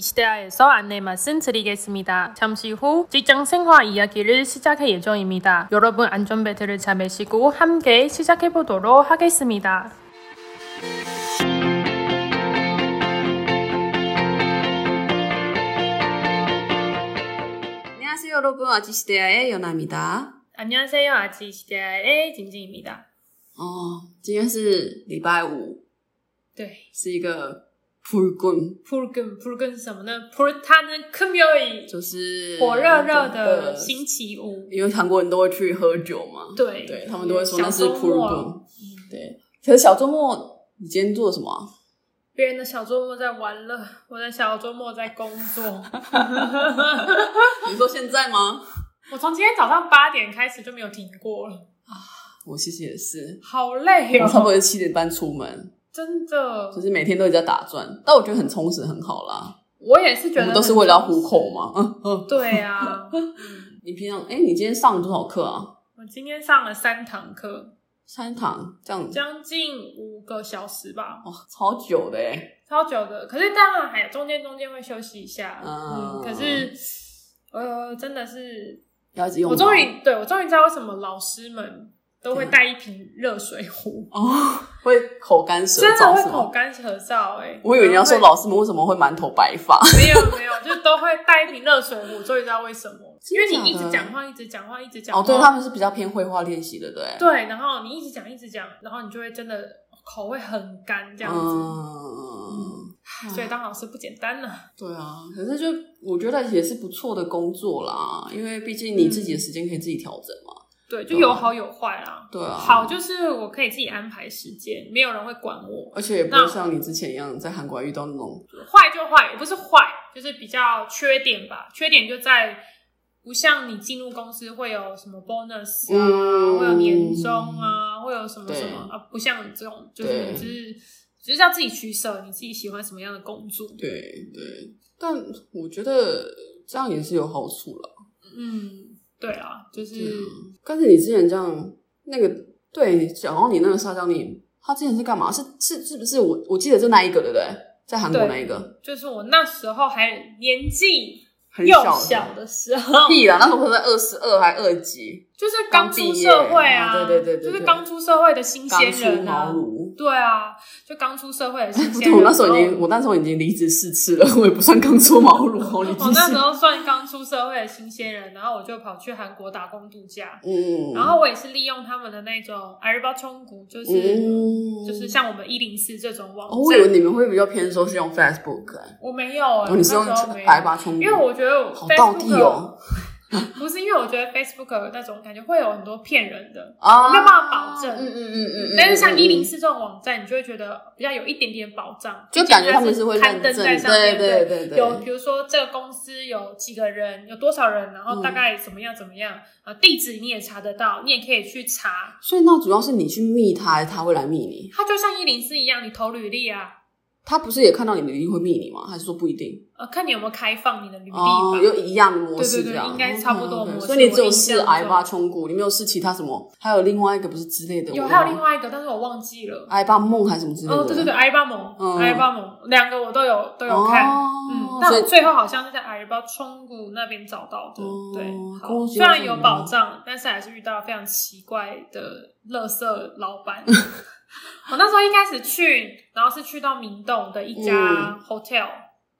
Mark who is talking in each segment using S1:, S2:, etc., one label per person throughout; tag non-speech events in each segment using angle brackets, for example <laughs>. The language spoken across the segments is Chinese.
S1: 시대하에서 안내 말씀 드리겠습니다. 잠시 후 직장 생활 이야기를 시작할 예정입니다. 여러분 안전벨트를 잘 매시고 함께 시작해 보도록 하겠습니다.
S2: 안녕하세요 여러분 아지시대야의 연아입니다.
S1: 安녕하세요 아지 시대의 징징입니다.
S2: 哦，今天是礼拜五，
S1: 네.
S2: 是一个불금，
S1: 붉은 붉은 什么呢? 불타는 금요일
S2: 就是
S1: 火热热的
S2: 星，
S1: 星期五.
S2: 因为韩国人都会去喝酒嘛，
S1: 对
S2: 对他们都会说那是
S1: 小周
S2: 불
S1: 末
S2: 금，对。可是小周末你今天做了什么啊、
S1: 别人的小周末在玩乐，我的小周末在工作。
S2: 你说现在吗？
S1: <laughs> 我从今天早上八点开始就没有停过了，
S2: 我其实也是，
S1: 好累
S2: 我差不
S1: 哦，
S2: 多七点半出门，
S1: 真的
S2: 就。是每天都一直在打转，但我觉得很充实，很好啦。
S1: 我也是觉
S2: 我
S1: 得很
S2: 们都是为了要糊口嘛。嗯
S1: 充实。对啊， <laughs> 嗯
S2: <laughs> 你平常哎、你今天上了多少课啊？
S1: 我今天上了三堂课，
S2: 三堂这样子。
S1: 将近五个小时吧，
S2: 哇，哦超久的哎！
S1: 超久的。可是当然还有中间中间会休息一下，嗯，
S2: 嗯
S1: 可是呃，真的是
S2: 要一直用
S1: 我
S2: 吗。
S1: 终于对我终于知道为什么老师们都会
S2: 对
S1: 带一瓶热水壶。
S2: 哦， <laughs> 会口干
S1: <laughs>
S2: 舌
S1: 真的
S2: 燥
S1: 会
S2: 是
S1: 口
S2: 吗？
S1: 干舌燥哎、欸！
S2: 我以为你要说
S1: 然后
S2: 老师们为什么会满头白
S1: <laughs>
S2: 发，
S1: 会 <laughs> 没有没有，就是都会带一瓶热水壶，终于知道为什么，因为
S2: 真的
S1: 你一
S2: 假的
S1: 直讲话，一直讲话，一直讲话，
S2: 哦，对，他们是比较偏绘画练习的，对不对？
S1: 对，然后你一直讲，一直讲，然后你就会真的口会很干这样子，
S2: 嗯，
S1: 所以当老师不简单呢。
S2: 对啊，可是就我觉得也是不错的工作啦，因为毕竟你自己的时间可以自己调整嘛。
S1: 对，就有好有坏啦。
S2: 对啊，
S1: 好，就是我可以自己安排时间，没有人会管我。
S2: 而且也不
S1: 那
S2: 会像你之前一样在韩国还遇到那种
S1: 坏就坏，也不是坏，就是比较缺点吧。缺点就在不像你进入公司会有什么 bonus 啊，
S2: 嗯
S1: 会有年终啊，会有什么什么
S2: 对
S1: 啊，不像你这种，就是你
S2: 对
S1: 就是只是要自己取舍，你自己喜欢什么样的工作。
S2: 对对，但我觉得这样也是有好处啦。
S1: 嗯，对啊，就是。
S2: 对啊但是你之前这样，那个对，讲到你那个沙姜你他之前是干嘛？是是是不是我我记得就那一个对不对？在韩国
S1: 对
S2: 那一个
S1: 就是我那时候还年纪
S2: 很
S1: 幼
S2: 的
S1: 小的时候，
S2: 屁啊啦，那时候才二十二还二级，
S1: 就是刚出社会啊，
S2: 刚毕业啊对对对对
S1: 就是刚出社会的新
S2: 刚
S1: 鲜
S2: 出
S1: 人
S2: 茅
S1: 啊，
S2: 庐。
S1: 对啊，就刚出社会的新
S2: <laughs> 不
S1: 鲜
S2: 对，
S1: 人。哦
S2: 我那时候已经，我那时候已经离职四次了，我也不算刚出茅庐哦。你
S1: 然
S2: 继
S1: 后 <laughs> 我那时
S2: 续。
S1: 候算刚出社会的新鲜人，然后我就跑去韩国打工度假，
S2: 嗯，
S1: 然后我也是利用他们的那种 a r b a c h o n g 就是、
S2: 嗯，
S1: 就是像我们一零四这种网
S2: 哦，我以
S1: 站，
S2: 为你们会比较偏说是用 Facebook，哎
S1: 我没有、欸，
S2: 哦，你是用
S1: 那时候没有
S2: 白八冲，
S1: 因为我觉得
S2: 好道地
S1: Facebook、
S2: 哦
S1: 不是因为我觉得 Facebook 那种感觉会有很多骗人的，
S2: 啊，
S1: 没有办法保证
S2: 嗯嗯嗯嗯嗯，
S1: 但是像
S2: 嗯
S1: 一
S2: 嗯
S1: 零四这种网站，你就会觉得比较有一点点保障，
S2: 就
S1: 毕竟
S2: 感觉他们
S1: 是
S2: 是会
S1: 刊
S2: 认
S1: 登
S2: 证，
S1: 在上面，
S2: 对对对，
S1: 有比如说这个公司有几个人，有多少人，然后大概怎么样怎么样，啊，地址你也查得到，你也可以去查。
S2: 所以那主要是你去密他，还是他会来密你？
S1: 它就像一零四一样，你投履历啊，
S2: 他不是也看到你的履历会密你吗？还是说不一定？
S1: 呃，看你有没有开放你的履历吧。
S2: 哦，有一样的模式
S1: 对对对
S2: 这样，
S1: 应该差不多
S2: OK，OK
S1: 模式
S2: 所以你只
S1: 我
S2: 有
S1: 印
S2: 试
S1: 象
S2: 癌
S1: 中
S2: 吧冲股，你没有试其他什么？还有另外一个不是之类的？
S1: 有
S2: 我
S1: 还有
S2: 忘
S1: 另
S2: 了
S1: 外一个，但是我忘记了。
S2: 癌吧梦还是什么之类的？
S1: 哦，对对对，
S2: 哦，
S1: 阿巴蒙、
S2: 嗯
S1: 阿巴蒙两个我都有都有看。嗯，但
S2: 哦所
S1: 我
S2: 以
S1: 最后好像是在阿里巴巴冲谷那边找到的，
S2: 哦
S1: 对，好
S2: 恭喜
S1: 虽然
S2: 你
S1: 有
S2: 们
S1: 保障，但是还是遇到非常奇怪的垃圾老
S2: <laughs>
S1: 板。我那时候一开始去，然后是去到明洞的一家 hotel，、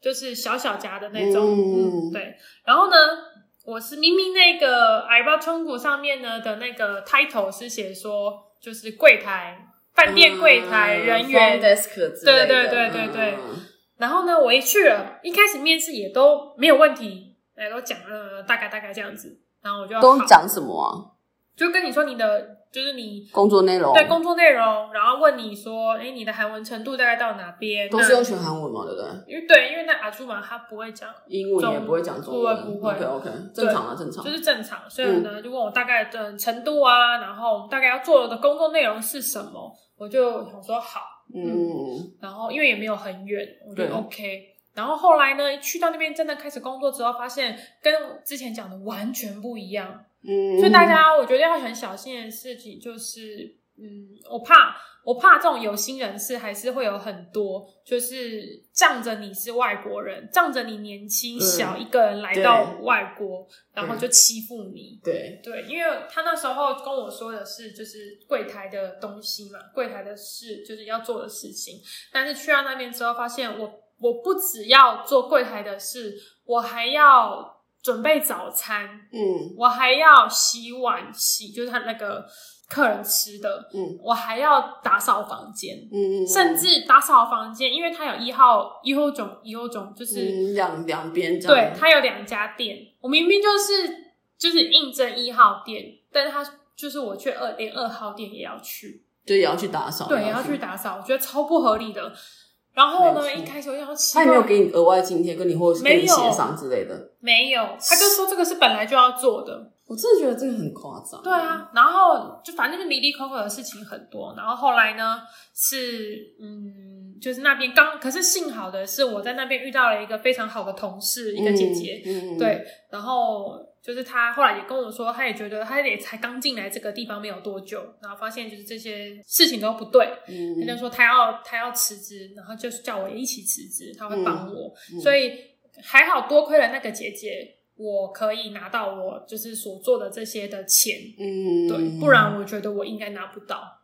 S1: 就是小小家的那种，
S2: 嗯
S1: 嗯，对。然后呢，我是明明那个阿里巴巴冲谷上面呢的那个 title 是写说就是柜台。饭店柜台
S2: 嗯
S1: 人员
S2: front desk 之类
S1: 对
S2: 的
S1: 对对对对
S2: 嗯嗯
S1: 然后呢，我一去了，一开始面试也都没有问题，哎，都讲了大概大概这样子，然后我就
S2: 嗯都
S1: 好
S2: 讲什么啊？
S1: 就跟你说你的就是你
S2: 工作内容
S1: 对工作内容，然后问你说，哎，你的韩文程度大概到哪边？
S2: 都是用
S1: 那
S2: 全韩文嘛，对不对？
S1: 因为对，因为那阿朱嘛，他不会讲，
S2: 英文也
S1: 中
S2: 不会讲中文，
S1: 不会不会
S2: OK OK，正常啊，正常
S1: 就。是正常，所以呢，
S2: 嗯
S1: 就问我大概的程度啊，然后大概要做的工作内容是什么，我就想说好，
S2: 嗯，
S1: 然后因为也没有很远，我觉
S2: 对
S1: 得 OK。然后后来呢，去到那边真的开始工作之后，发现跟之前讲的完全不一样。
S2: 嗯，
S1: 所以大家，我觉得要很小心的事情就是，嗯，我怕我怕这种有心人士还是会有很多，就是仗着你是外国人，仗着你年轻
S2: 嗯
S1: 小一个人来到外国，然后就欺负你。
S2: 对，
S1: 对，因为他那时候跟我说的是，就是柜台的东西嘛，柜台的事就是要做的事情。但是去到那边之后，发现我我不只要做柜台的事，我还要准备早餐，
S2: 嗯
S1: 我还要洗碗洗，就是他那个客人吃的，
S2: 嗯
S1: 我还要打扫房间，
S2: 嗯，嗯
S1: 甚至打扫房间，因为他有一号一号种一号种，就是、
S2: 嗯两两边这
S1: 对
S2: 样，
S1: 他有两家店，我明明就是就是应征一号店，但是他就是我去二连二号店也要去，
S2: 就也要去打扫，
S1: 对，也要去。打扫，我觉得超不合理的。然后呢，
S2: 没错
S1: 一开始我想要奇怪，
S2: 他也没有给你额外津贴，跟你或者是跟
S1: 没
S2: 你
S1: 有
S2: 协商之类的。
S1: 没有，他就说这个是本来就要做的，
S2: 我真的觉得这个很夸张。
S1: 对，啊，然后就反正就离离口口的事情很多，然后后来呢是嗯，就是那边刚，可是幸好的是我在那边遇到了一个非常好的同事，一个姐姐，
S2: 嗯，嗯，
S1: 对，然后就是她后来也跟我说，她也觉得她也才刚进来这个地方没有多久，然后发现就是这些事情都不对，
S2: 嗯
S1: 他就说他要他要辞职，然后就是叫我一起辞职，他会帮我，
S2: 嗯嗯
S1: 所以还好多亏了那个姐姐，我可以拿到我就是所做的这些的钱，
S2: 嗯，
S1: 对，不然我觉得我应该拿不到。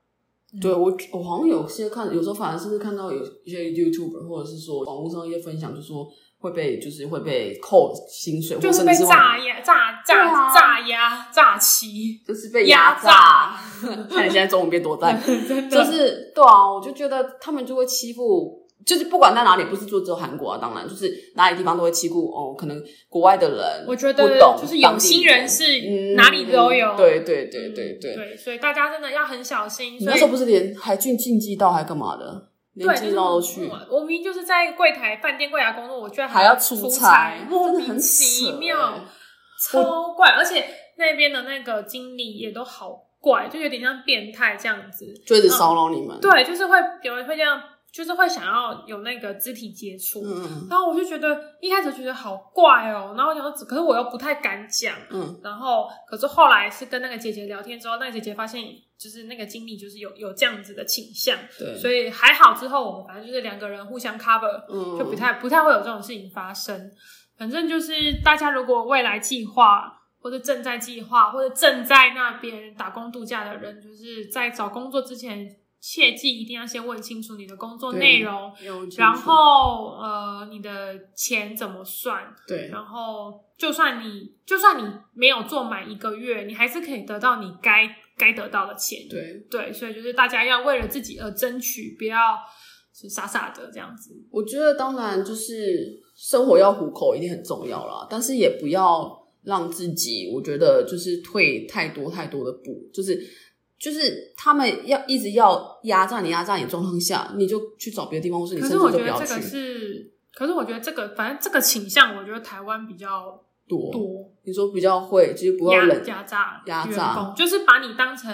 S2: 对我，我好像有些看，有时候反而甚至看到有一些 YouTuber 或者是说网络上一些分享，就说会被就是会被扣薪水，
S1: 就是
S2: 或
S1: 被
S2: 甚至会
S1: 榨压、榨
S2: 嗯对
S1: 榨、
S2: 啊
S1: 榨压、榨欺，
S2: 就是被
S1: 压榨
S2: 榨。 <laughs> 看你现在中文变多
S1: <laughs>
S2: 赞，
S1: 真
S2: 就
S1: 的。
S2: 是对啊，我就觉得他们就会欺负，就是不管在哪里，不是说只有韩国啊，当然就是哪里地方都会欺负哦，可能国外的人，
S1: 我觉
S2: 不
S1: 得
S2: 懂
S1: 就是有心人
S2: 当地
S1: 士
S2: 嗯
S1: 哪里都有，
S2: 对对对对
S1: 嗯
S2: 对。
S1: 对，所以大家真的要很小心。
S2: 你
S1: 所
S2: 那
S1: 以
S2: 时候不是连还进竞技道还干嘛的，连
S1: 对，
S2: 竞
S1: 就
S2: 技
S1: 是
S2: 道都
S1: 我
S2: 去，
S1: 我明明就是在柜台、饭店柜台工作，我居然
S2: 还
S1: 要
S2: 要
S1: 出
S2: 出
S1: 差，莫
S2: 真的
S1: 名
S2: 很
S1: 其
S2: 扯
S1: 妙
S2: 欸，
S1: 超怪。而且那边的那个经理也都好怪，就有点像变态这样子。
S2: 就一直骚扰你们。
S1: 对，就是会有人会这样，就是会想要有那个肢体接触。
S2: 嗯，嗯
S1: 然后我就觉得一开始觉得好怪哦，然后我想说，可是我又不太敢讲。
S2: 嗯
S1: 然后，可是后来是跟那个姐姐聊天之后，那个姐姐发现，就是那个经理就是有有这样子的倾向，
S2: 对，
S1: 所以还好，之后我们反正就是两个人互相 cover，
S2: 嗯
S1: 就不太不太会有这种事情发生。反正就是大家如果未来计划或者正在计划或者正在那边打工度假的人，就是在找工作之前，切记一定要先问清楚你的工作
S2: 对
S1: 内容，
S2: 有情绪
S1: 然后呃你的钱怎么算，
S2: 对
S1: 然后就算你就算你没有做满一个月，你还是可以得到你该该得到的钱。
S2: 对，
S1: 对，所以就是大家要为了自己而争取，不要是傻傻的这样子。
S2: 我觉得当然就是生活要糊口一定很重要啦，但是也不要让自己，我觉得就是退太多太多的步，就是就是他们要一直要压榨你，压榨你的状况下，你就去找别的地方，或是你
S1: 可
S2: 甚
S1: 是
S2: 至
S1: 我
S2: 都
S1: 觉
S2: 不
S1: 得
S2: 要
S1: 这个
S2: 去
S1: 是，可是我觉得这个反正这个倾向，我觉得台湾比较
S2: 多。
S1: 多
S2: 你说比较会，就是不要
S1: 压
S2: 冷
S1: 压榨
S2: 压
S1: 员
S2: 榨
S1: 工，就是把你当成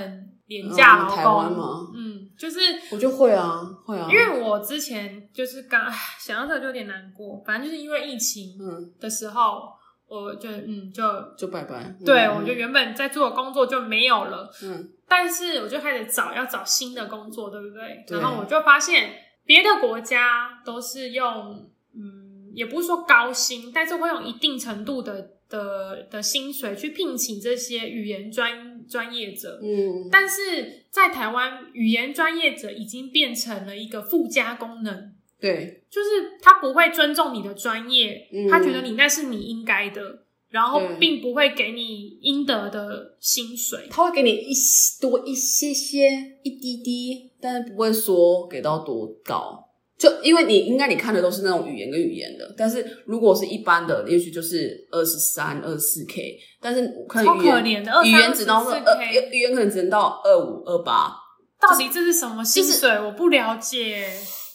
S1: 廉价劳
S2: 嗯
S1: 工。
S2: 台湾吗？
S1: 嗯，就是
S2: 我就会啊，会啊，
S1: 因为我之前就是刚唉想到这个就有点难过，反正就是因为疫情
S2: 嗯，
S1: 的时候，我就嗯就。
S2: 就拜拜。
S1: 对，
S2: 嗯
S1: 我就原本在做的工作就没有了，
S2: 嗯
S1: 但是我就开始找要找新的工作，对不对？
S2: 对
S1: 然后我就发现别的国家都是用，嗯，也不是说高薪，但是会用一定程度的的的薪水去聘请这些语言专专业者。
S2: 嗯，
S1: 但是在台湾，语言专业者已经变成了一个附加功能，
S2: 对
S1: 就是他不会尊重你的专业，
S2: 嗯
S1: 他觉得你那是你应该的，然后
S2: 对
S1: 并不会给你应得的薪水。
S2: 他会给你一些多一些些一滴滴，但是不会说给到多高。就因为你应该你看的都是那种语言跟语言的，但是如果是一般的，也许就是二十三、二四 K，但是可能
S1: 超
S2: 语
S1: 可
S2: 言
S1: 怜的，二
S2: 语言只到
S1: 四
S2: 二，
S1: K，
S2: 语言可能只能到二五、二八，
S1: 到底这是什么薪水？我不了解。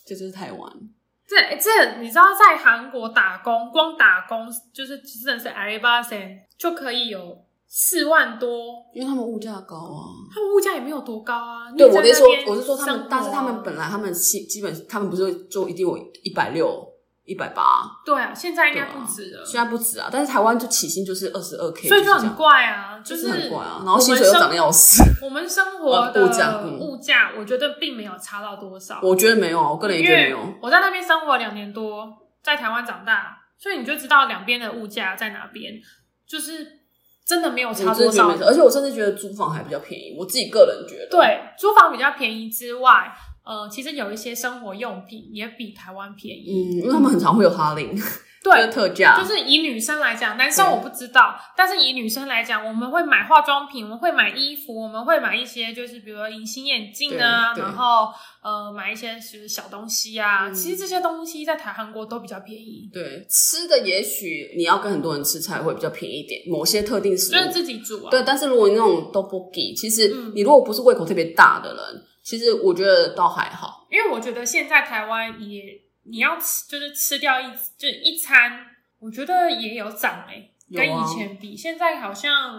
S2: 这就是台湾。
S1: 这这，你知道在韩国打工，光打工就是真的是 a l i b a 就可以有四万多，
S2: 因为他们物价高啊，
S1: 他们物价也没有多高啊。
S2: 对
S1: 你也
S2: 我
S1: 在
S2: 是
S1: 那
S2: 说
S1: 边啊
S2: 我是说他
S1: 生
S2: 们
S1: 活，
S2: 但是他们本来他们基基本他们不是就一定有一百六一百八，
S1: 对啊，现在应该
S2: 对啊
S1: 不止了，
S2: 现在不止啊，但是台湾就起薪就是二十二 k，
S1: 所以就很怪啊，
S2: 就
S1: 就是
S2: 这样，就是很怪啊，然
S1: 我
S2: 后
S1: 们
S2: 薪水又
S1: 生
S2: 涨得要死，
S1: 我们生活的
S2: 啊物价嗯
S1: 物价，我觉得并没有差到多少。
S2: <laughs> 我觉得没有啊，我个人也
S1: 因
S2: 觉得没
S1: 为
S2: 有，
S1: 我在那边生活两年多，在台湾长大，所以你就知道两边的物价在哪边，就是真的没有差
S2: 我真
S1: 多
S2: 的觉得
S1: 少
S2: 没。而且我甚至觉得租房还比较便宜，我自己个人觉得，，
S1: 对，租房比较便宜之外，呃，其实有一些生活用品也比台湾便宜。
S2: 嗯，因为他们很常会有哈林，
S1: 对
S2: 就是，特价，
S1: 就是以女生来讲，男生
S2: 啊对
S1: 我不知道，但是以女生来讲，我们会买化妆品，我们会买衣服，我们会买一些就是比如说隐形眼镜啊，
S2: 对对
S1: 然后呃买一些就是小东西啊。
S2: 嗯
S1: 其实这些东西在台韩国都比较便宜，
S2: 对，吃的也许你要跟很多人吃才会比较便宜一点，某些特定食
S1: 就是
S2: 物。
S1: 自己煮啊。
S2: 对，但是如果你那种 d o b o g i 其实
S1: 嗯
S2: 你如果不是胃口特别大的人，其实我觉得倒还好。
S1: 因为我觉得现在台湾也你要吃就是吃掉一就一餐，我觉得也有涨哎、
S2: 有啊
S1: 跟以前比，现在好像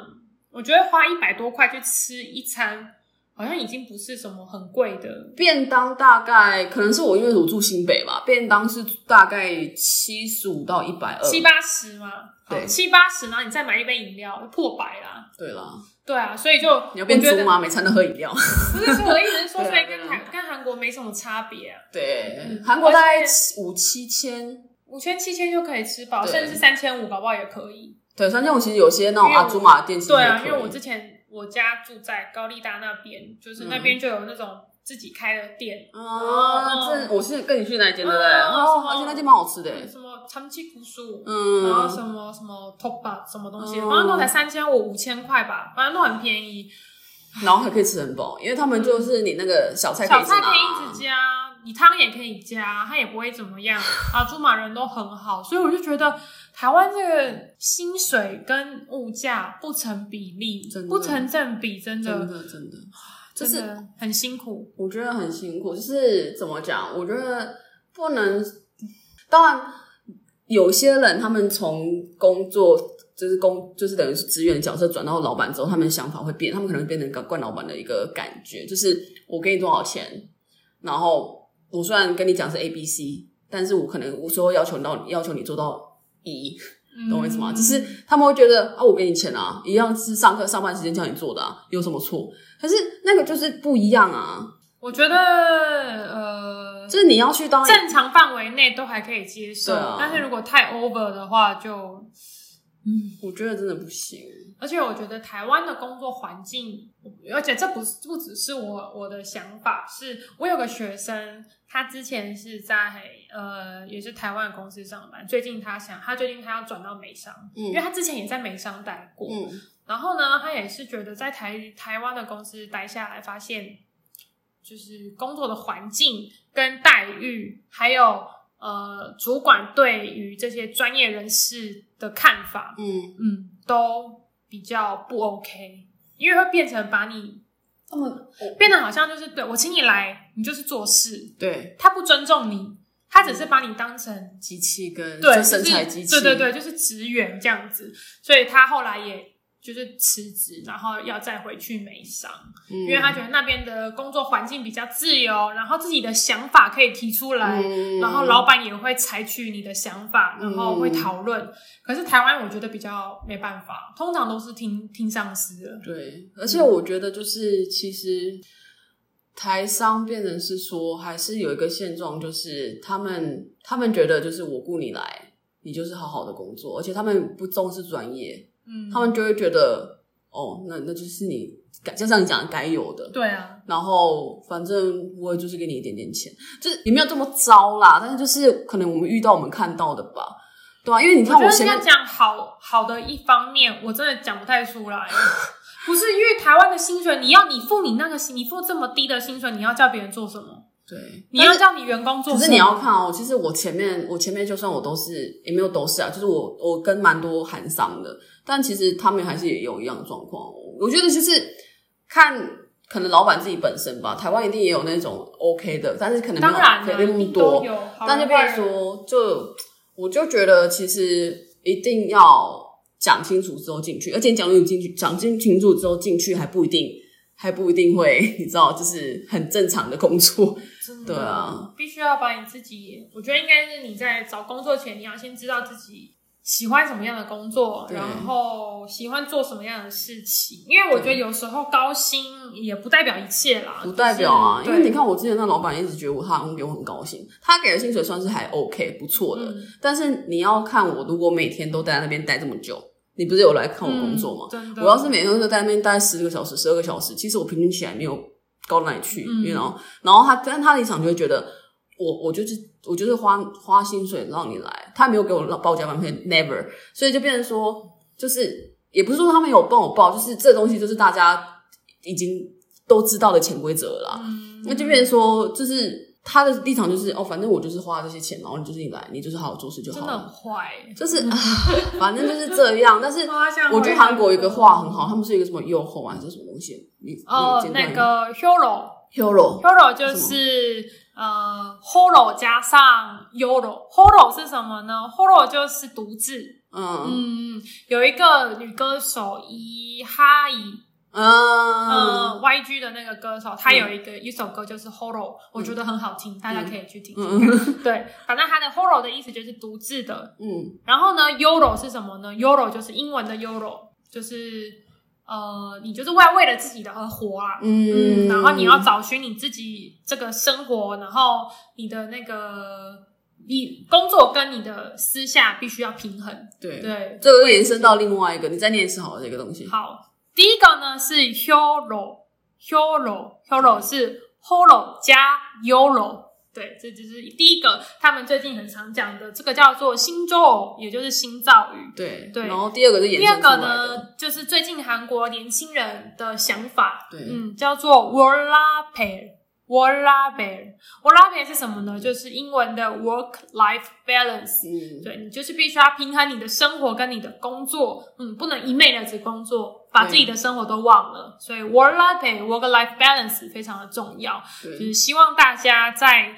S1: 我觉得花一百多块去吃一餐，好像已经不是什么很贵的。
S2: 便当大概可能是我因为我住新北吧，便当是大概七十五到一百二。
S1: 七八十嘛，
S2: 呃对
S1: 好七八十，然后你再买一杯饮料，破百啦。
S2: 对啦，
S1: 对啊，所以就
S2: 你要变
S1: 我觉
S2: 猪
S1: 得
S2: 吗？每餐都喝饮料。 <laughs>
S1: 不是，所以我的意思是说，
S2: 对啊
S1: 所以跟
S2: 对
S1: 韩跟韩国没什么差别啊，
S2: 对
S1: 嗯，
S2: 韩国大概
S1: 而且
S2: 五七千。
S1: 五千七千就可以吃饱，
S2: 对
S1: 甚至三千五搞不好也可以。
S2: 对，三千五其实有些那
S1: 因
S2: 种
S1: 为我
S2: 阿祖玛的店其实
S1: 对
S2: 也
S1: 啊，
S2: 可以
S1: 因为我之前我家住在高丽大那边，就是
S2: 嗯
S1: 那边就有那种自己开的店，哦
S2: 啊，这我是跟你去那一间对不对？
S1: 嗯
S2: 哦，而且那间蛮好吃的。
S1: 什么长期古树。
S2: 嗯，
S1: 然后什么什么 top up 什么东西，
S2: 嗯
S1: 反正都才三千五五千块吧，反正都很便宜。
S2: 然后还可以吃很饱，因为他们就是你那个小菜可以
S1: 小
S2: 一直
S1: 菜可以
S2: 拿
S1: 一直加，你汤也可以加，它也不会怎么样啊。驻马人都很好，所以我就觉得台湾这个薪水跟物价不成比例
S2: 真，的
S1: 不成正比，真的
S2: 真的真的，就是
S1: 真的很辛苦。
S2: 我觉得很辛苦，就是怎么讲？我觉得不能，当然有些人他们从工作。就是工，就是等于是职员角色转到老板之后，他们想法会变，他们可能会变成个惯老板的一个感觉，就是我给你多少钱，然后我虽然跟你讲是 A B C，但是我可能我最后要求到要求你做到 E，
S1: 嗯
S2: 懂我意思吗？就是他们会觉得啊，我给你钱啊，一样是上课上班时间叫你做的啊，有什么错？可是那个就是不一样啊，
S1: 我觉得呃，
S2: 就是你要去当
S1: 正常范围内都还可以接受，
S2: 对啊
S1: 但是如果太 over 的话就
S2: 我觉得真的不行。
S1: 而且我觉得台湾的工作环境，而且这不是不只是我我的想法，是我有个学生，他之前是在呃也是台湾的公司上班，最近他想他最近他要转到美商，因为
S2: 嗯
S1: 他之前也在美商待过，
S2: 嗯，
S1: 然后呢，他也是觉得在台台湾的公司待下来，发现就是工作的环境跟待遇，还有呃主管对于这些专业人士的看法，
S2: 嗯，
S1: 嗯，都比较不 OK，因为会变成把你哦
S2: 他们
S1: 变得好像就是对我请你来，你就是做事，
S2: 对
S1: 他不尊重你，他只是把你当成
S2: 机器跟
S1: 对
S2: 就嗯身材
S1: 就
S2: 机
S1: 是
S2: 器，
S1: 对对对，就是职员这样子，所以他后来也就是辞职，然后要再回去美商，
S2: 嗯，
S1: 因为他觉得那边的工作环境比较自由，然后自己的想法可以提出来，
S2: 嗯
S1: 然后老板也会采取你的想法，然后会讨论。可是台湾我觉得比较没办法，通常都是听听上司的。
S2: 对，而且我觉得就是其实台商变成是说，还是有一个现状，就是他们他们觉得就是我雇你来，你就是好好的工作，而且他们不重视专业，
S1: 嗯，
S2: 他们就会觉得哦，那那就是你该就像你讲的该有的，
S1: 对啊，
S2: 然后反正我也就是给你一点点钱，就是也没有这么糟啦，但是就是可能我们遇到我们看到的吧，对啊，因为你
S1: 我
S2: 看
S1: 觉
S2: 我
S1: 得
S2: 前
S1: 要
S2: 面
S1: 讲好好的一方面，我真的讲不太出来。 <laughs> 不是因为台湾的薪水，你要你付你那个薪，你付这么低的薪水，你要叫别人做什么？
S2: 对，
S1: 你要叫你员工做
S2: 可
S1: 什么？
S2: 是你要看哦，其实我前面我前面就算我都是也没有都是啊，就是我我跟蛮多韩商的，但其实他们还是也有一样的状况哦。我觉得就是看可能老板自己本身吧，台湾一定也有那种 OK 的，但是可能没有
S1: 当然
S2: 可
S1: 了，
S2: 能没有那
S1: 一
S2: 么
S1: 定
S2: 多
S1: 都。有，好
S2: 但就
S1: 人
S2: 变
S1: 坏
S2: 成
S1: 人
S2: 说，就我就觉得其实一定要讲清楚之后进去，而且讲如你进去讲清清楚之后进去还不一定还不一定会， <laughs> 你知道，就是很正常的工作。
S1: 真的
S2: 对啊，
S1: 必须要把你自己，我觉得应该是你在找工作前，你要先知道自己喜欢什么样的工作，
S2: 对
S1: 然后喜欢做什么样的事情。因为我觉得有时候高薪也不代表一切啦，
S2: 不代表啊，
S1: 就
S2: 因
S1: 是
S2: 为你，看我之前那老板一直觉得我他好像给我很高薪，他给的薪水算是还 OK 不错
S1: 对
S2: 的，
S1: 嗯
S2: 但是你要看我如果每天都待在那边待这么久，你不是有来看我工作吗？
S1: 嗯真的，
S2: 我要是每天都在那边待十个小时、十二个小时，其实我平均起来没有高到哪里去，
S1: 嗯
S2: 然后，然后他，但他的立场就会觉得我，我就是我就是花花薪水让你来，他没有给我报加班费，never，所以就变成说，就是也不是说他们有帮我报，就是这东西就是大家已经都知道的潜规则了啦，
S1: 嗯
S2: 那就变成说，就是他的立场就是哦，反正我就是花这些钱，然后你就是你来，你就是好好做事就
S1: 嗯真
S2: 好
S1: 的很
S2: 了，
S1: 坏，
S2: 就是、啊、反正就是这样，但是。
S1: 花像
S2: 我觉得韩国有一个话很好，他们是一个什么诱惑啊，还是什么东西？你
S1: 哦，
S2: 你有
S1: 那
S2: 见过吗
S1: 个 hero。
S2: Hero
S1: Horo 就是呃 Horo 加上 Yoro。Horo 是什么呢？Horo 就是独自。
S2: 嗯
S1: 嗯，有一个女歌手伊哈伊，
S2: 嗯
S1: 呃，YG 的那个歌手，她有一个、一首歌就是 Horo，我觉得很好听，大家可以去听听看。 <laughs> 对，反正她的 Horo 的意思就是独自的。
S2: 嗯
S1: 然后呢，Yoro 是什么呢？Yoro 就是英文的 Yoro，就是呃，你就是为为了自己的而活啊。嗯，
S2: 嗯，
S1: 然后你要找寻你自己这个生活，然后你的那个你工作跟你的私下必须要平衡。
S2: 对，
S1: 对，
S2: 这个又延伸到另外一个，你再念一次好了这个东西。
S1: 好，第一个呢是 hero hero
S2: 嗯
S1: hero 是 holo 加 yolo，对，这就是第一个他们最近很常讲的，这个叫做新周偶，也就是新造语。
S2: 对
S1: 对
S2: 然后第二个是延
S1: 第二
S2: 伸出
S1: 个
S2: 来的，
S1: 呢，就是最近韩国年轻人的想法，
S2: 对
S1: 嗯，叫做 Worla Pair。Worla Pair。Worla Pair 是什么呢？就是英文的 Work Life Balance。
S2: 嗯，
S1: 对你就是必须要平衡你的生活跟你的工作，嗯，不能一昧的只工作，把
S2: 对
S1: 自己的生活都忘了。所以 Work Life Pair、Work Life Balance 非常的重要，就
S2: 对，
S1: 是希望大家在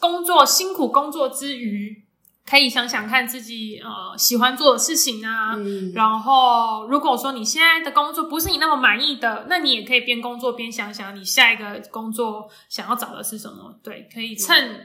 S1: 工作辛苦工作之余，可以想想看自己呃喜欢做的事情啊，
S2: 嗯，
S1: 然后，如果说你现在的工作不是你那么满意的，那你也可以边工作边想想你下一个工作想要找的是什么。对，可以趁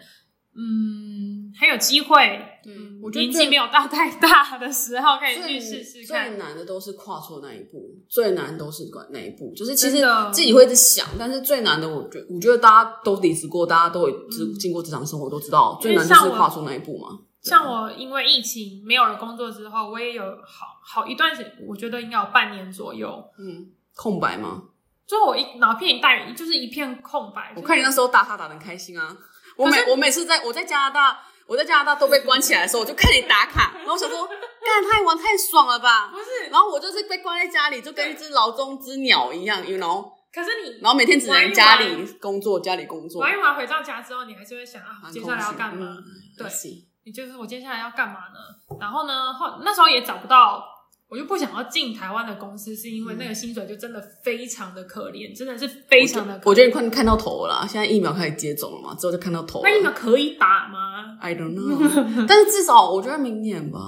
S1: 嗯还有机会，
S2: 对
S1: 嗯
S2: 我觉得
S1: 年纪
S2: 最
S1: 没有到太大的时候，可以去
S2: 最
S1: 试试
S2: 最
S1: 看。
S2: 难的都是跨出那一步，最难都是管那一步，就是其实
S1: 真的
S2: 自己会一直想，但是最难的，我觉我觉得大家都离职过，大家都有
S1: 嗯
S2: 经过职场生活都知道，
S1: 因
S2: 最
S1: 为
S2: 难就是
S1: 像我
S2: 跨出那一步嘛。
S1: 像我因为疫情没有了工作之后，我也有好好一段时间，我觉得应该有半年左右，
S2: 嗯，空白吗？
S1: 就我一脑片一带就是一片空白。
S2: 我看你那时候打卡打的很开心啊！我每我每次在我在加拿大，我在加拿大都被关起来的时候，我就看你打卡，然后我想说，干太玩太爽了吧
S1: 不！是，
S2: 然后我就是被关在家里，就跟一只牢中之鸟一样，you know。
S1: 可是你
S2: 然后每天只能家
S1: 玩一
S2: 里工作，家里工作，
S1: 玩一玩回到家之后，你还是会想啊，
S2: 蛮
S1: 接下来要
S2: 空虚
S1: 干嘛？？
S2: 嗯
S1: 对
S2: 也是
S1: 你就是我接下来要干嘛呢？然后呢，后那时候也找不到，我就不想要进台湾的公司，是因为
S2: 嗯
S1: 那个薪水就真的非常的可怜，真的是非常的可
S2: 我
S1: 怜。
S2: 觉得你快看到头了啦，现在疫苗开始接种了嘛，之后就看到头了。
S1: 那你们可以打吗？
S2: I
S1: <laughs>
S2: don't know，但是至少我觉得明年吧，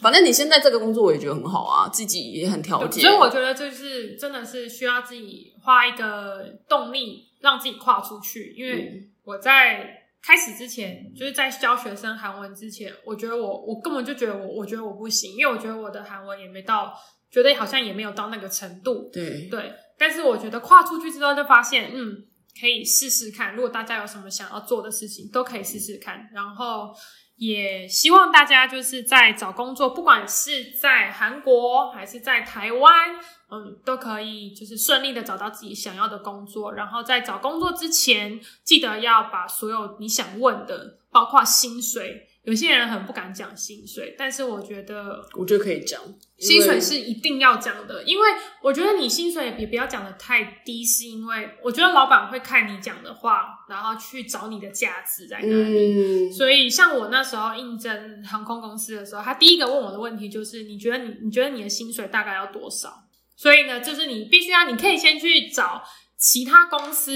S2: 反正你现在这个工作我也觉得很好啊，自己也很调节。
S1: 所以我觉得就是真的是需要自己花一个动力，让自己跨出去。因为
S2: 嗯
S1: 我在开始之前，就是在教学生韩文之前，我觉得我我根本就觉得我我觉得我不行，因为我觉得我的韩文也没到，觉得好像也没有到那个程度。
S2: 对
S1: 对，但是我觉得跨出去之后就发现，嗯，可以试试看。如果大家有什么想要做的事情，都可以试试看。然后也希望大家就是在找工作，不管是在韩国还是在台湾，嗯，都可以就是顺利的找到自己想要的工作。然后在找工作之前，记得要把所有你想问的，包括薪水。有些人很不敢讲薪水，但是我觉得
S2: 我觉得可以讲，
S1: 薪
S2: 因
S1: 水
S2: 为
S1: 是一定要讲的，因为我觉得你薪水也不要讲的太低，是因为我觉得老板会看你讲的话，然后去找你的价值在哪里。
S2: 嗯，
S1: 所以，像我那时候应征航空公司的时候，他第一个问我的问题就是：你觉得你你觉得你的薪水大概要多少？所以呢，就是你必须要，你可以先去找其他公司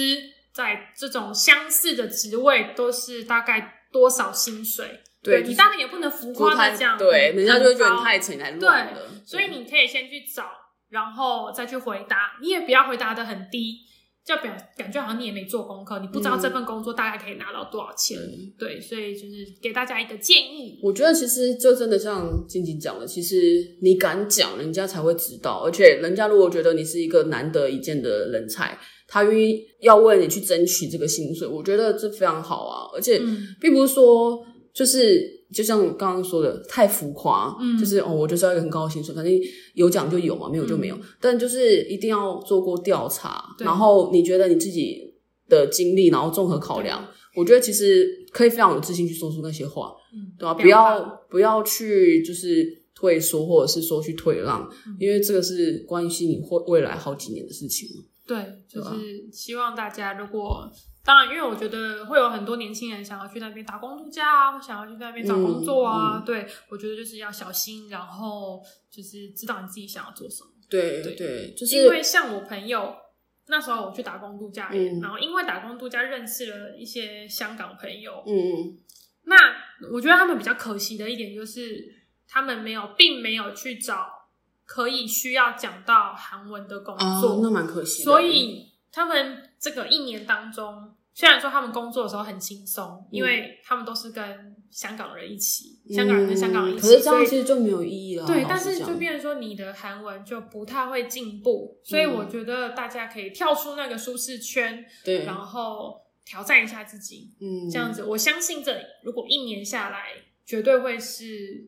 S1: 在这种相似的职位都是大概多少薪水。
S2: 对
S1: 你当然也不能浮夸的讲，
S2: 对，人家就会觉得
S1: 很
S2: 你
S1: 高
S2: 太扯，你太乱了。
S1: 所以你可以先去找，然后再去回答。你也不要回答的很低，就表感觉好像你也没做功课，你不知道这份工作大概可以拿到多少钱。嗯对，所以就是给大家一个建议。
S2: 我觉得其实就真的像静静讲的，其实你敢讲，人家才会知道。而且人家如果觉得你是一个难得一见的人才，他愿意要为你去争取这个薪水，我觉得这非常好啊。而且
S1: 嗯
S2: 并不是说就是。就像我刚刚说的，太浮夸，
S1: 嗯
S2: 就是哦，我就是要一个很高的薪水，反正有奖就有嘛，没有就没有。但就是一定要做过调查，
S1: 嗯对
S2: 然后你觉得你自己的经历，然后综合考量，我觉得其实可以非常有自信去说出那些话。
S1: 嗯，
S2: 对啊，不
S1: 不要怕
S2: 要不要去就是退缩，或者是说去退让，
S1: 嗯
S2: 因为这个是关系你会未来好几年的事情。
S1: 对，就
S2: 对啊
S1: 是希望大家如果。当然，因为我觉得会有很多年轻人想要去那边打工度假啊，或想要去那边找工作啊。对，我觉得就是要小心，然后就是知道你自己想要做什么。
S2: 对
S1: 对
S2: 对，就是
S1: 因为像我朋友那时候我去打工度假也，
S2: 嗯
S1: 然后因为打工度假认识了一些香港朋友，
S2: 嗯嗯
S1: 那我觉得他们比较可惜的一点就是，他们没有，并没有去找可以需要讲到韩文的工
S2: 啊
S1: 作，，
S2: 那蛮可惜的。
S1: 所以他们这个一年当中，虽然说他们工作的时候很轻松，因为他们都是跟香港人一起，香港人跟香港人
S2: 嗯嗯
S1: 一起，
S2: 可是这样
S1: 所以
S2: 其实就没有意义了。啊
S1: 对，
S2: 老
S1: 但
S2: 实
S1: 是
S2: 讲
S1: 就变成说你的韩文就不太会进步，所以我觉得大家可以跳出那个舒适圈，
S2: 嗯对，
S1: 然后挑战一下自己，
S2: 嗯
S1: 这样子，我相信这如果一年下来，绝对会是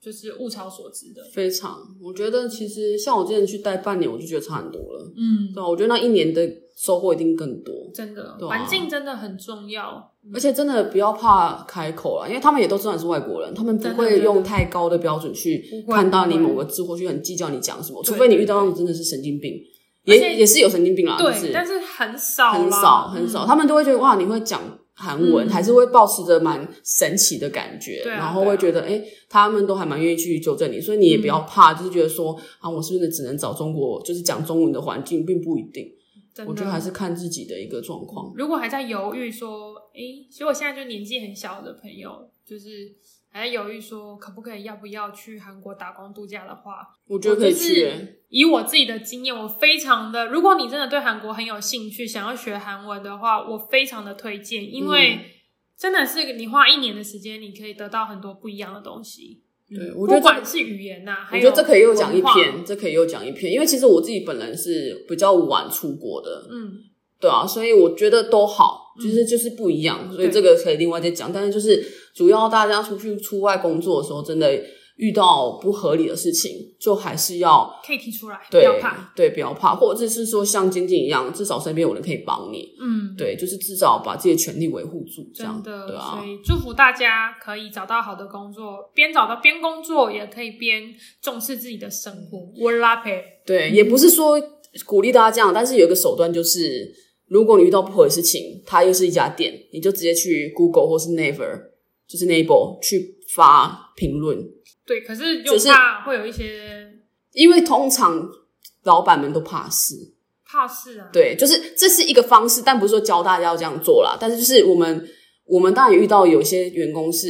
S1: 就是物超所值的。
S2: 非常，我觉得其实像我之前去待半年，我就觉得差很多了。
S1: 嗯
S2: 对啊，我觉得那一年的收获一定更多。
S1: 真的，
S2: 对啊
S1: 环境真的很重要。
S2: 而且真的不要怕开口啊啦，因为他们也都知道你是外国人，他们不
S1: 真的
S2: 会
S1: 真的
S2: 用太高的标准去
S1: 不会
S2: 判断你
S1: 不会
S2: 某个字，或去很计较你讲什么，
S1: 对
S2: 除非你遇到那种真的是神经病，
S1: 而
S2: 也
S1: 且
S2: 也是有神经病啦，就
S1: 对，
S2: 是
S1: 但是很少啦，
S2: 很少很少，他们都会觉得哇，你会讲韩文，
S1: 嗯
S2: 还是会保持着蛮神奇的感觉，
S1: 对啊嗯
S2: 然后会觉得哎、诶他们都还蛮愿意去纠正你，所以你也不要怕，就是觉得说啊，我是不是只能找中国，就是讲中文的环境，并不一定，
S1: 真的哦
S2: 我觉得还是看自己的一个状况。
S1: 如果还在犹豫说，诶、其实我现在就年纪很小的朋友，就是还在犹豫说可不可以要不要去韩国打工度假的话，
S2: 我
S1: 我
S2: 觉得可以
S1: 就是
S2: 去、欸
S1: 以我自己的经验，我非常的，如果你真的对韩国很有兴趣，想要学韩文的话，我非常的推荐，因为
S2: 嗯
S1: 真的是你花一年的时间，你可以得到很多不一样的东西。
S2: 对
S1: 嗯
S2: 我觉得
S1: 不管是语言呐、还
S2: 我
S1: 有
S2: 觉得这可以又讲一
S1: 文化，
S2: 篇，这可以又讲一篇，因为其实我自己本人是比较晚出国的，
S1: 嗯，
S2: 对啊，所以我觉得都好，
S1: 嗯
S2: 就是就是不一样，所以
S1: 对
S2: 这个可以另外再讲。但是就是主要大家出去出外工作的时候，真的遇到不合理的事情，就还是要
S1: 可以提出来，不
S2: 对
S1: 要怕。
S2: 对不要怕，或者是说像晶晶一样，至少身边有人可以帮你，
S1: 嗯，
S2: 对，就是至少把自己的权利维护住，这样
S1: 真的，
S2: 对啊
S1: 所，以祝福大家可以找到好的工作，边找到边工作，也可以边重视自己的生活。
S2: 嗯
S1: 我拉培，
S2: 对，也不是说鼓励大家这样，但是有一个手段就是，如果你遇到不合的事情，它又是一家店，你就直接去 Google 或是 Naver，就是 Naver 去发评论，
S1: 对，可是又
S2: 只是
S1: 怕会有一些
S2: 因为通常老板们都怕事。
S1: 怕事啊。
S2: 对，就是这是一个方式，但不是说教大家要这样做啦。但是就是我们，我们当然也遇到有些员工是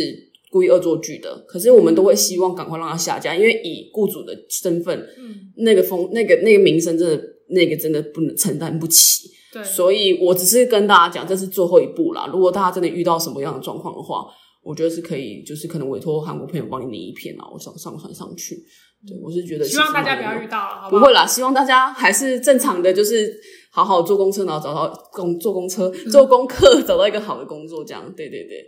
S2: 故意恶作剧的，可是我们都会希望赶快让他下架，因为以雇主的身份，
S1: 嗯，
S2: 那个风、那个那个名声，真的那个真的不能承担不起。
S1: 对，
S2: 所以我只是跟大家讲，这是最后一步啦。如果大家真的遇到什么样的状况的话，我觉得是可以，就是可能委托韩国朋友帮你拟一篇啊，我想上传上去。对，我是觉得
S1: 希望大家不
S2: 其实
S1: 要
S2: 蛮有
S1: 遇到了，好
S2: 不
S1: 好？
S2: 会啦，希望大家还是正常的，就是好好坐公车，然后找到工坐公车做功课，找到一个好的工作，这样。对对对，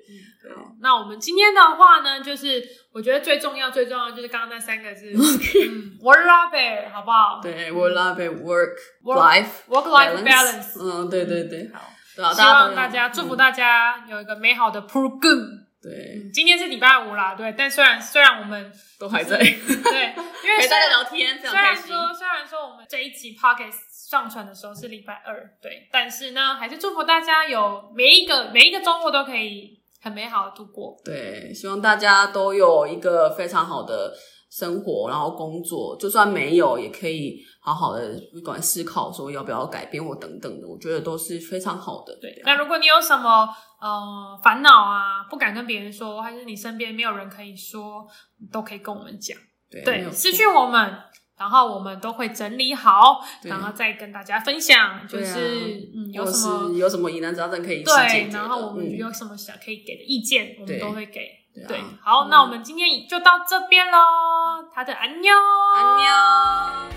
S1: 好那我们今天的话呢，就是我觉得最重要、最重要就是刚刚那三个字，嗯，我拉培，好不好？
S2: 对，work life work
S1: Work-
S2: life
S1: ，work life balance。
S2: 嗯，对对对，
S1: 好，
S2: 对啊，
S1: 希望
S2: 都
S1: 大家祝福
S2: 嗯
S1: 大家有一个美好的 program。
S2: 对，
S1: 嗯今天是礼拜五啦，对，但虽然虽然我们
S2: 都还
S1: <laughs>
S2: 在
S1: 对，
S2: 陪
S1: 因为
S2: 大家聊天，非
S1: 虽
S2: 常
S1: 然虽
S2: 开
S1: 然
S2: 心。
S1: 说虽然说我们这一集 podcast 上传的时候是礼拜二，对，但是呢，还是祝福大家有每一个每一个周末都可以很美好的度过。
S2: 对，希望大家都有一个非常好的生活，然后工作，就算没有，也可以好好的不管思考说要不要改变或等等的，我觉得都是非常好的。
S1: 对，
S2: 啊
S1: 那如果你有什么呃烦恼啊，不敢跟别人说，还是你身边没有人可以说，都可以跟我们讲。
S2: 对没有
S1: 对，
S2: 错
S1: 私讯我们，然后我们都会整理好，
S2: 对
S1: 然后再跟大家分享，就
S2: 对啊
S1: 是、嗯有
S2: 或
S1: 什么
S2: 是有什么疑难杂症可以一起解
S1: 对
S2: 决，的
S1: 然后我们
S2: 嗯
S1: 有什么想可以给的意见，我
S2: 对
S1: 们都会给。
S2: 对啊
S1: 对，好，那我们今天就到这边喽。他的安妞，
S2: 安妞。